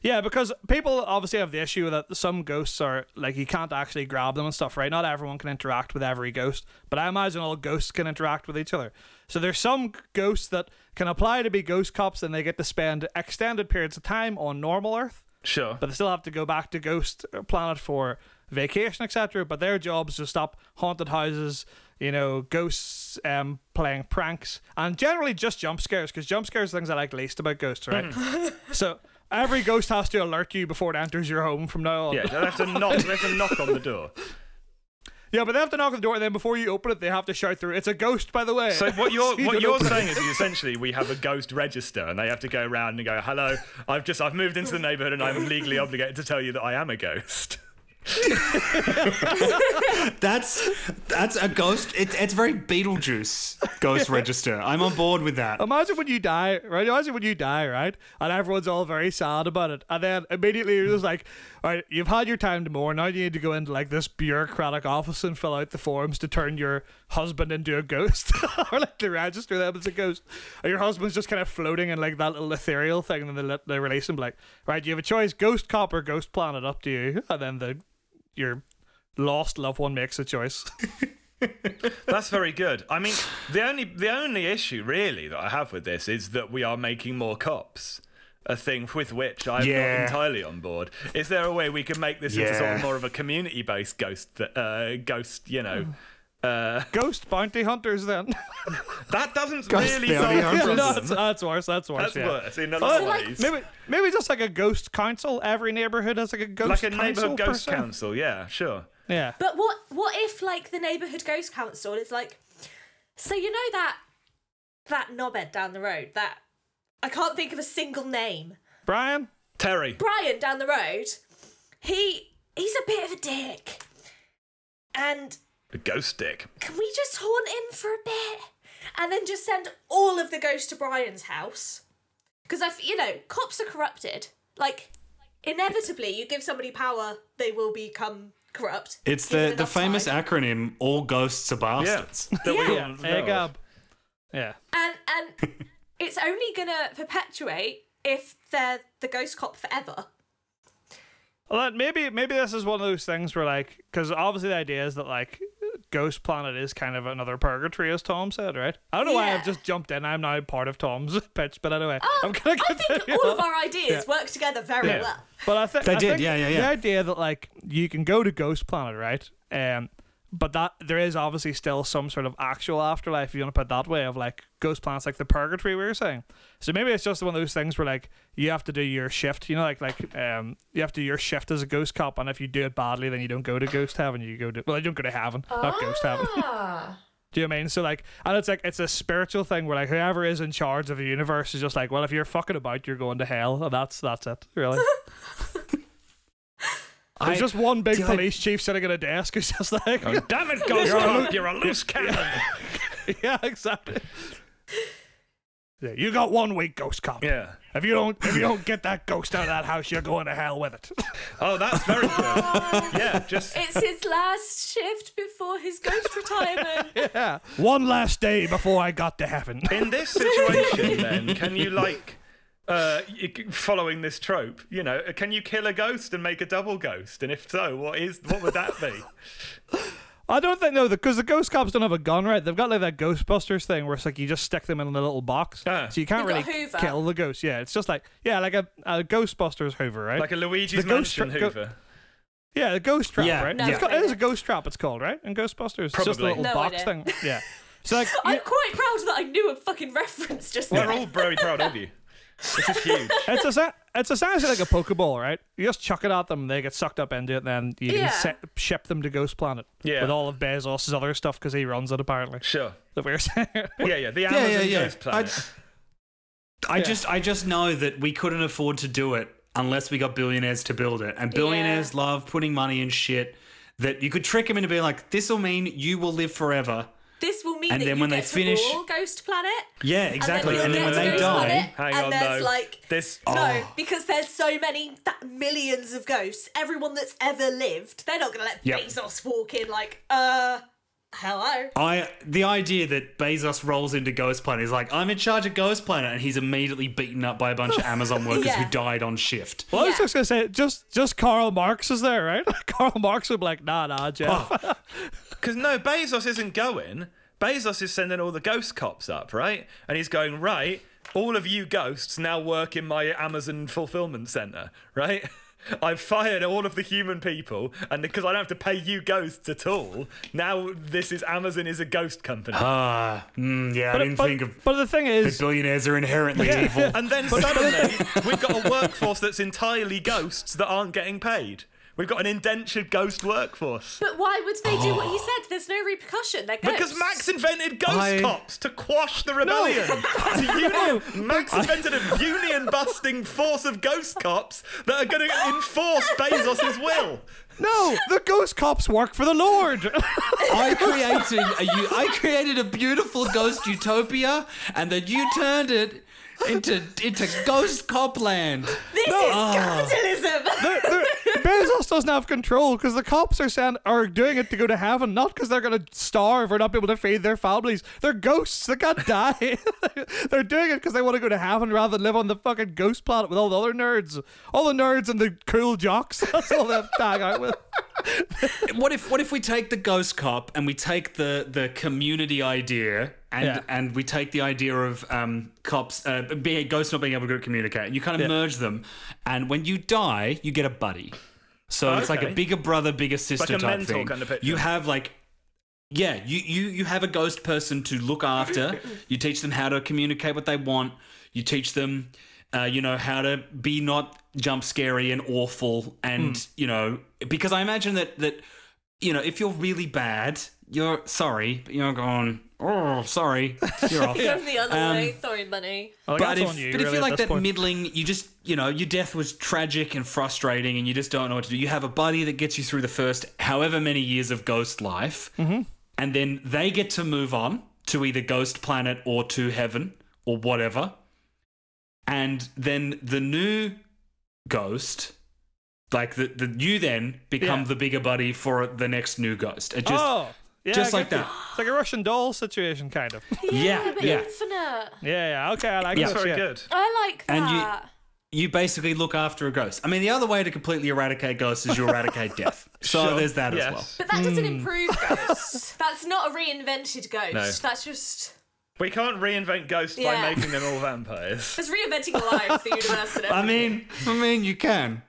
Yeah, because people obviously have the issue that some ghosts are like you can't actually grab them and stuff, right? Not everyone can interact with every ghost, but I imagine all ghosts can interact with each other. So there's some ghosts that can apply to be ghost cops and they get to spend extended periods of time on normal Earth, Sure. but they still have to go back to ghost planet for vacation, etc. But their job's to stop haunted houses, you know, ghosts um, playing pranks, and generally just jump scares, because jump scares are things I like least about ghosts, right? Hmm. So every ghost has to alert you before it enters your home from now on. yeah, they have to knock. They have to knock on the door. Yeah, but they have to knock on the door, and then before you open it, they have to shout through, "It's a ghost, by the way." So what you're you what don't you're open it. saying is essentially we have a ghost register, and they have to go around and go, "Hello, I've just I've moved into the neighbourhood, and I'm legally obligated to tell you that I am a ghost." That's that's a ghost. It's it's very Beetlejuice ghost register. I'm on board with that. Imagine when you die, right? Imagine when you die, right? And everyone's all very sad about it. And then immediately you're just like, all right, you've had your time to mourn. Now you need to go into like this bureaucratic office and fill out the forms to turn your husband into a ghost or like to register them as a ghost. And your husband's just kind of floating in like that little ethereal thing. And then they, let, they release him, like, right, you have a choice ghost cop or ghost planet up to you. And then the your lost loved one makes a choice. That's very good. I mean, the only the only issue really that I have with this is that we are making more cops. A thing with which I'm Yeah. not entirely on board. Is there a way we can make this into sort of Yeah. more of a community-based ghost, th- uh, ghost, you Hmm. know? Uh, ghost bounty hunters, then. that doesn't Ghost really bounty sound yeah, hunters. Hunters. no, that's, that's worse. That's worse. That's yeah. worse in a lot So, of like, ways. Maybe maybe just like a ghost council. Every neighborhood has like a ghost like a council. neighborhood ghost person. council, yeah, sure. Yeah. But what what if like the neighborhood ghost council is like So you know that that knobhead down the road, that I can't think of a single name. Brian? Terry. Brian down the road, he he's a bit of a dick. And The ghost dick. can we just haunt him for a bit? And then just send all of the ghosts to Brian's house? Because I, f- you know, cops are corrupted. Like, inevitably, you give somebody power, they will become corrupt. It's given the, the enough famous time. acronym "All ghosts are bastards." That we all Yeah. know Hey, of. Gab. Yeah. And and it's only gonna perpetuate if they're the ghost cop forever. Well, that maybe maybe this is one of those things where like, because obviously the idea is that like, Ghost Planet is kind of another purgatory, as Tom said, right? I don't know why Yeah. Oh, I've just jumped in. I'm now part of Tom's pitch, but anyway, I'm I gonna think continue all on. of our ideas work together very Yeah. well. But I think They I did, think yeah, yeah, The yeah. idea that like you can go to Ghost Planet, right? Um, but that there is obviously still some sort of actual afterlife, if you want to put it that way, of like Ghost Planet's like the purgatory we were saying. So maybe it's just one of those things where like you have to do your shift, you know, like like um you have to do your shift as a ghost cop, and if you do it badly, then you don't go to Ghost Heaven, you go to well, you don't go to Heaven, not Ghost Heaven. Ah. Do you know what I mean? So like, and it's like it's a spiritual thing where like whoever is in charge of the universe is just like, well, if you're fucking about, you're going to hell, and that's that's it, really. There's I- just one big God. police chief sitting at a desk who's just like, Oh, damn it, ghost cop, you're a loose cannon. yeah, exactly. Yeah, You got one week, ghost cop. Yeah. If you don't, if you don't get that ghost out of that house, you're going to hell with it. Oh, that's very good. Yeah, just It's his last shift before his ghost retirement. yeah. One last day before I got to heaven. in this situation, then can you like, uh, you c- following this trope, you know, can you kill a ghost and make a double ghost? And if so, what is what would that be? I don't think no, because the ghost cops don't have a gun, right? They've got like that Ghostbusters thing where it's like you just stick them in a little box, Ah. so you can't They've got really Hoover. kill the ghost. Yeah, it's just like yeah, like a, a Ghostbusters Hoover, right? Like a Luigi's The ghost Mansion tra- go- Hoover. yeah, the ghost trap, Yeah, right? No, It's got- yeah. it is a ghost trap. It's called right in Ghostbusters. It's just a Probably. little No box idea. thing. Yeah. So like I'm you- quite proud that I knew a fucking reference just We're now. all very proud of you. This is huge. it's a it's essentially like a Pokeball, right? You just chuck it at them, they get sucked up into it, and then you Yeah. can set, ship them to Ghost Planet. Yeah. With all of Bezos' other stuff because he runs it apparently. Sure. That we were saying. Yeah, yeah. The yeah, Amazon yeah, yeah. Ghost I, Planet. j- I just, I just know that we couldn't afford to do it unless we got billionaires to build it, and billionaires love putting money in shit that you could trick them into being like, "This will mean you will live forever." This will mean And that then you when get they to finish- all Ghost Planet. Yeah, exactly. you'll And then, get when to they Ghost die, Planet, Hang and on, there's though. like This- no, Oh. because there's so many that millions of ghosts. Everyone that's ever lived, they're not gonna let Yep. Bezos walk in like, uh, hello. I the idea that Bezos rolls into Ghost Planet is like, I'm in charge of Ghost Planet, and he's immediately beaten up by a bunch of Amazon workers Yeah. who died on shift. Well, I was Yeah. just gonna say, just just Karl Marx is there, right? Karl Marx would be like, nah, nah, Jeff. Oh, Because no, Bezos isn't going. Bezos is sending all the ghost cops up, right? And he's going, right, all of you ghosts now work in my Amazon fulfillment center, right? I've fired all of the human people, and because I don't have to pay you ghosts at all, now this is Amazon is a ghost company. Ah, mm, yeah, I didn't but, think of but the thing is, that billionaires are inherently evil. And then suddenly, we've got a workforce that's entirely ghosts that aren't getting paid. We've got an indentured ghost workforce. But why would they do what he Oh. said? There's no repercussion. They're ghosts. Because Max invented ghost I- cops to quash the rebellion. To union- Max invented a union busting force of ghost cops that are going to enforce Bezos' will. no, the ghost cops work for the Lord. I created a u- I created a beautiful ghost utopia, and then you turned it into into ghost copland. this is Oh. capitalism. They're- they're- Bezos doesn't have control because the cops are saying are doing it to go to heaven, not because they're gonna starve or not be able to feed their families. They're ghosts. They can't die. they're doing it because they want to go to heaven rather than live on the fucking ghost planet with all the other nerds, all the nerds and the cool jocks. That's all they have to hang out with. What if what if we take the ghost cop and we take the the community idea and Yeah. and we take the idea of um, cops uh, being ghosts not being able to communicate. You kind of merge them, and when you die, you get a buddy. So it's like a Okay. bigger brother, bigger sister a type mentor thing. kind of picture. You have like Yeah, you, you you have a ghost person to look after. you teach them how to communicate what they want. You teach them, uh, you know, how to be not jump scary and Hmm. awful, and you know, because I imagine that that you know, if you're really bad, you're sorry, but you're going, oh, sorry, you're off. From the other Um, way. Sorry, bunny. Like, But, that's if, on you, but really, if you at like this that point. middling, you just, you know, your death was tragic and frustrating and you just don't know what to do. You have a buddy that gets you through the first however many years of ghost life, Mm-hmm. and then they get to move on to either Ghost Planet or to Heaven or whatever. And then the new ghost, like the, the you then become Yeah. the bigger buddy for the next new ghost. It just, oh, yeah, just I like get you. that. It's like a Russian doll situation, kind of. yeah, but yeah. infinite. Yeah, yeah. Okay, I like Yeah. this. That's Very yeah. good. I like that. And you- you basically look after a ghost. I mean, the other way to completely eradicate ghosts is you eradicate death. So Sure. there's that Yes. as well. But that doesn't Hmm. improve ghosts. That's not a reinvented ghost. That's just We can't reinvent ghosts Yeah. by making them all vampires. that's reinventing life, the universe, and everything. I mean, I mean, you can.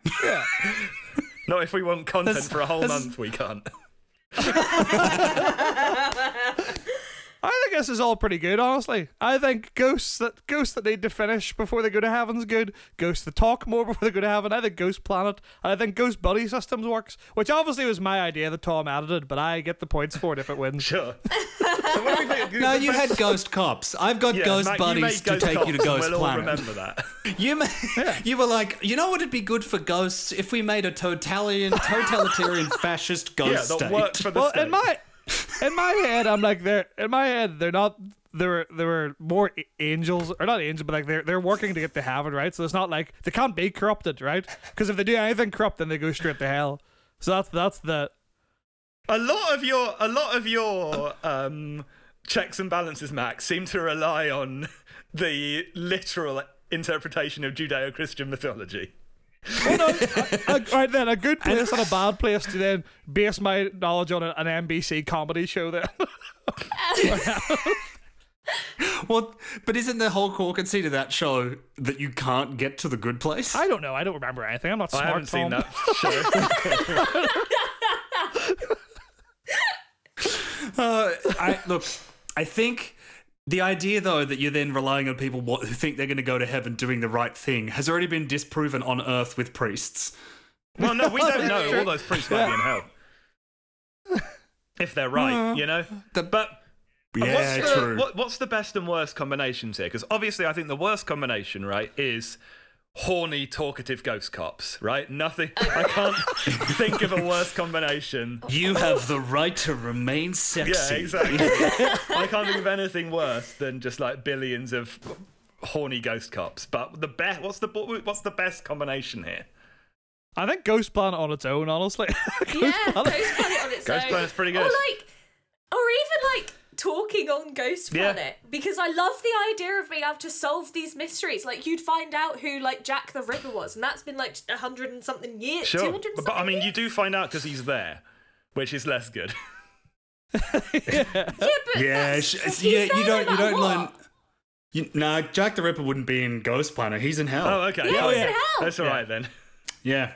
Not if we want content That's- for a whole that's- month, we can't. I think this is all pretty good, honestly. I think ghosts that ghosts that need to finish before they go to heaven's good. Ghosts that talk more before they go to heaven. I think Ghost Planet. And I think Ghost Buddy Systems works, which obviously was my idea that Tom added it, but I get the points for it if it wins. Sure. so what do we think? No, you had ghost cops. I've got Yeah, ghost Matt, you buddies made to ghost take cops you to and Ghost we'll All Planet. remember that. You, ma- you were like, you know what would be good for ghosts if we made a totalitarian, totalitarian fascist ghost yeah, that state. worked for the Well, state. in my in my head, I'm like they're in my head they're not. There were there were more a- angels or not angels, but like they're they're working to get to heaven, right? So it's not like they can't be corrupted, right? Because if they do anything corrupt, then they go straight to hell. So that's that's the a lot of your a lot of your um, checks and balances, Max, seem to rely on the literal interpretation of Judeo-Christian mythology. a, right then, a good place and a bad place to then base my knowledge on a- an NBC comedy show. Then Well, but isn't the whole core conceit of that show that you can't get to the good place? I don't know. I don't remember anything. I'm not smart. Oh, I haven't seen Tom. that show. Uh, I look. I think the idea, though, that you're then relying on people what, who think they're going to go to heaven doing the right thing has already been disproven on Earth with priests. well, no, we don't know. All those priests might be in hell if they're right, you know. The- but Yeah, what's the, true. What, what's the best and worst combinations here? Because obviously, I think the worst combination, right, is horny, talkative ghost cops, right? Nothing. I can't think of a worse combination. You have the right to remain Yeah, sexy. exactly. I can't think of anything worse than just like billions of horny ghost cops. But the best. What's the what's the best combination here? I think Ghost Planet on its own, honestly. yeah, Ghost Planet on its Ghost own. Planet's pretty Or good. like, or even like talking on Ghost Yeah. Planet because I love the idea of being able to solve these mysteries. Like you'd find out who like Jack the Ripper was, and that's been like a hundred and something years. Sure, 200 and but I something mean, you years? do find out because he's there, which is less good. Yeah, but Yeah, that's- sh- he's there yeah. no You don't. You matter don't what. learn. You, nah, Jack the Ripper wouldn't be in Ghost Planet. He's in hell. Oh, okay. Yeah, fine. he's in hell. That's all Yeah. right then. Yeah.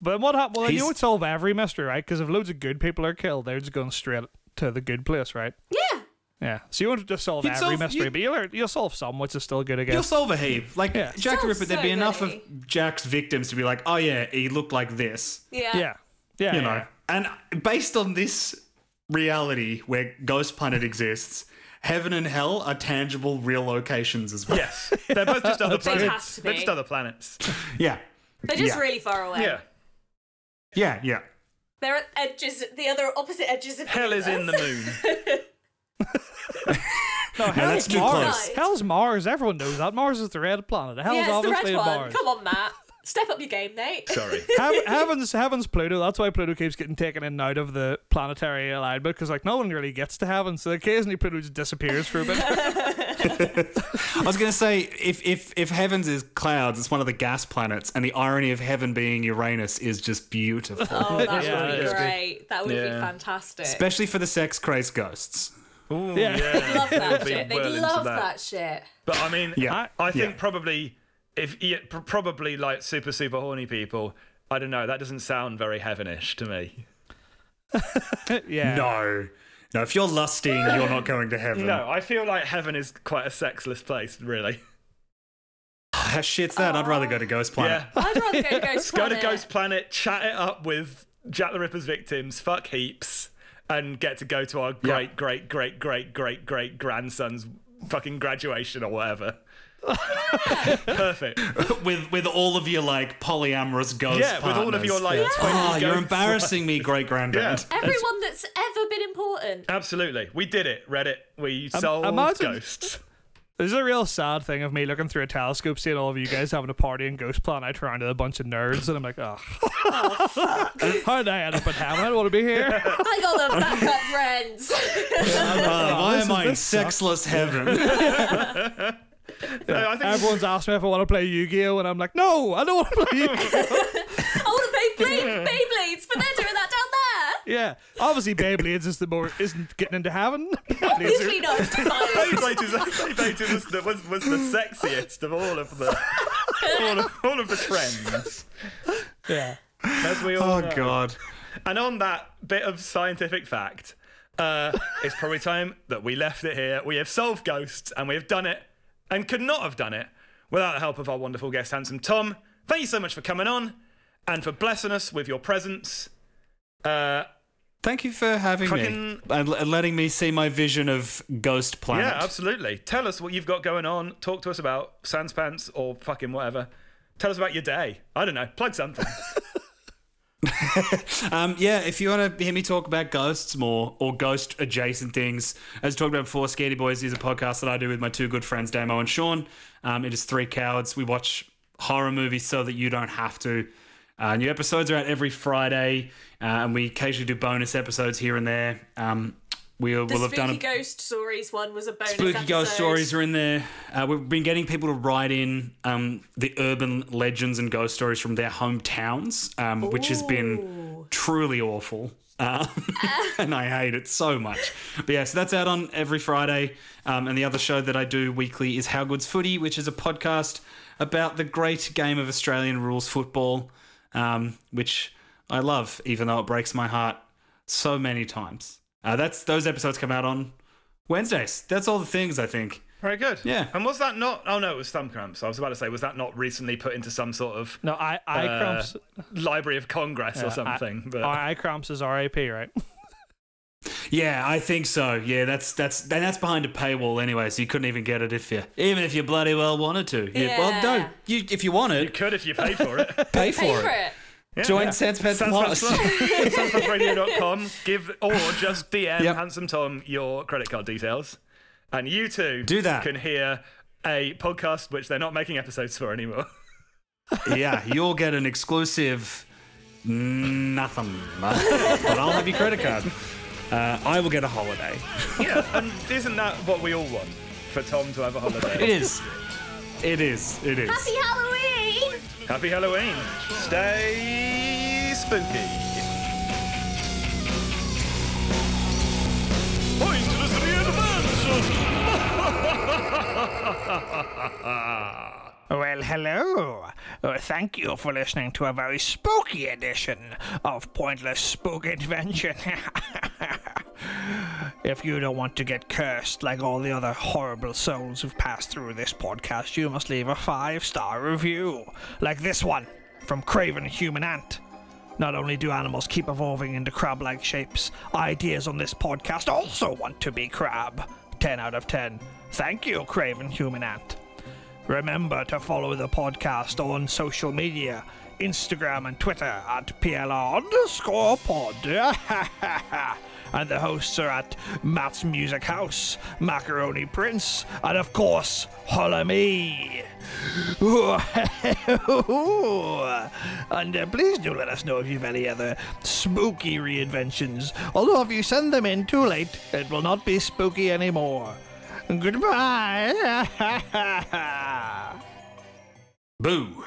but what happened? Well, then you He's- would solve every mystery, right? Because if loads of good people are killed, they're just going straight to the good place, right? Yeah, Yeah. So you won't just solve You'd every solve- mystery, you'd- but you'll you'll solve some, which is still good, I You'll guess. solve a heap. Like Yeah. Jack Solve the Ripper, there'd so be enough many. of Jack's victims to be like, oh yeah, he looked like this. yeah, yeah. Yeah. you yeah. know. And based on this reality where Ghost Planet exists, heaven and hell are tangible, real locations as well. Yes, they're both just other They have planets. to They're be. just other planets. Yeah. They're just Yeah. really far away. Yeah, Yeah. Yeah. They're at edges, the other opposite edges of the hell is in the universe. moon. Oh, No, hell's that's too Mars. close. Hell's Mars. Everyone knows that. Mars is the red planet. Hell's Yeah, it's the obviously red one. Mars. Come on, Matt. Step up your game, Nate. Sorry. Heav- heavens, heavens, Pluto. That's why Pluto keeps getting taken in and out of the planetary alignment because like no one really gets to heaven, so occasionally Pluto just disappears for a bit. I was gonna say if if if heavens is clouds, it's one of the gas planets, and the irony of heaven being Uranus is just beautiful. Oh, that Yeah, would that's be good. great. That would be Yeah. fantastic. Especially for the sex crazed ghosts. Ooh, Yeah. They'd love that be shit. They'd well into love that. that. shit. But I mean, Yeah. I, I think Yeah. probably if yeah, pr- probably like super super horny people. I don't know. That doesn't sound very heavenish to me. yeah. No. No, if you're lusting, you're not going to heaven. No, I feel like heaven is quite a sexless place, really. Ah, shit's that. I'd rather go to Ghost Planet. Yeah. I'd rather go to Ghost Go Planet. to Ghost Planet, chat it up with Jack the Ripper's victims, fuck heaps, and get to go to our great, great, great, great, great, great grandson's fucking graduation or whatever. Perfect. with with all of your like polyamorous ghost Yeah, with all of your like. partners. 20 Ah, you're ghosts. embarrassing me, great granddad. Everyone that's ever been important. Absolutely, we did it. Reddit, we solved imagine- ghosts. There's a real sad thing of me looking through a telescope, seeing all of you guys having a party in Ghost Planet. I turn to a bunch of nerds, and I'm like, oh, how did I end up at Hamlin? I want to be here. I got the backup friends. Ah, why this is- am I in this sucks. sexless heaven? No, I think Everyone's asked me if I want to play Yu-Gi-Oh, and I'm like, no, I don't want to play Yu-Gi-Oh. I want to play Blade, Beyblades, but they're doing that down yeah, obviously Beyblades is the more isn't getting into heaven. there. Usually not. It's fine. Beyblade is Beyblade was the, was, was the sexiest of all of the all of, all of the trends. yeah, As we all Oh know. god. And on that bit of scientific fact, uh, it's probably time that we left it here. We have solved ghosts, and we have done it, and could not have done it without the help of our wonderful guest, handsome Tom. Thank you so much for coming on, and for blessing us with your presence. Uh, Thank you for having me Fucking- and, and letting me see my vision of Ghost Planet. yeah, absolutely. Tell us what you've got going on. Talk to us about sans pants or fucking whatever. Tell us about your day. I don't know. Plug something. Um, yeah, if you want to hear me talk about ghosts more or ghost adjacent things, as talked about before, Scaredy Boys is a podcast that I do with my two good friends, Damo and Sean. Um, it is three cowards. We watch horror movies so that you don't have to. Uh, new episodes are out every Friday, uh, and we occasionally do bonus episodes here and there. Um, we will The have done spooky a ghost stories one was a bonus. Spooky ghost episode. stories are in there. Uh, we've been getting people to write in um, the urban legends and ghost stories from their hometowns, um, which has been truly awful. Um, and I hate it so much. But yeah, so that's out on every Friday. Um, and the other show that I do weekly is How Good's Footy, which is a podcast about the great game of Australian rules football, um, which I love, even though it breaks my heart so many times. Uh, that's those episodes come out on Wednesdays. That's all the things I think. Very good. Yeah. And was that not? Oh no, it was thumb cramps. I was about to say, was that not recently put into some sort of no, I I uh, cramps. Library of Congress or something? but I, I cramps is RAP, right? Yeah, I think so. Yeah, that's that's and that's behind a paywall anyway, so you couldn't even get it if you even if you bloody well wanted to. Yeah. Well, no, Yeah. you if you want you it, could if you paid for it. pay for Pay it. for it. Join Sanspants Sans Plus. SansPantsRadio.com. Give or just DM Yep. Handsome Tom your credit card details, and you too Do that. can hear a podcast which they're not making episodes for anymore. yeah, you'll get an exclusive nothing, uh, but I'll have your credit card. Uh, I will get a holiday. yeah, and isn't that what we all want? For Tom to have a holiday. It is. It is. It is. Happy Halloween! Happy Halloween. Stay spooky. Pointless reinvention! Well, hello. Uh, thank you for listening to a very spooky edition of Pointless Spook Invention. if you don't want to get cursed like all the other horrible souls who've passed through this podcast, you must leave a five star review, like this one from Craven Human Ant. Not only do animals keep evolving into crab like shapes, ideas on this podcast also want to be crab. 10 out of 10. Thank you, Craven Human Ant. Remember to follow the podcast on social media Instagram and Twitter at PLR underscore pod. and the hosts are at Matt's Music House, Macaroni Prince, and of course, Holla Me. and uh, please do let us know if you've any other spooky reinventions. Although, if you send them in too late, it will not be spooky anymore. Goodbye. Boo.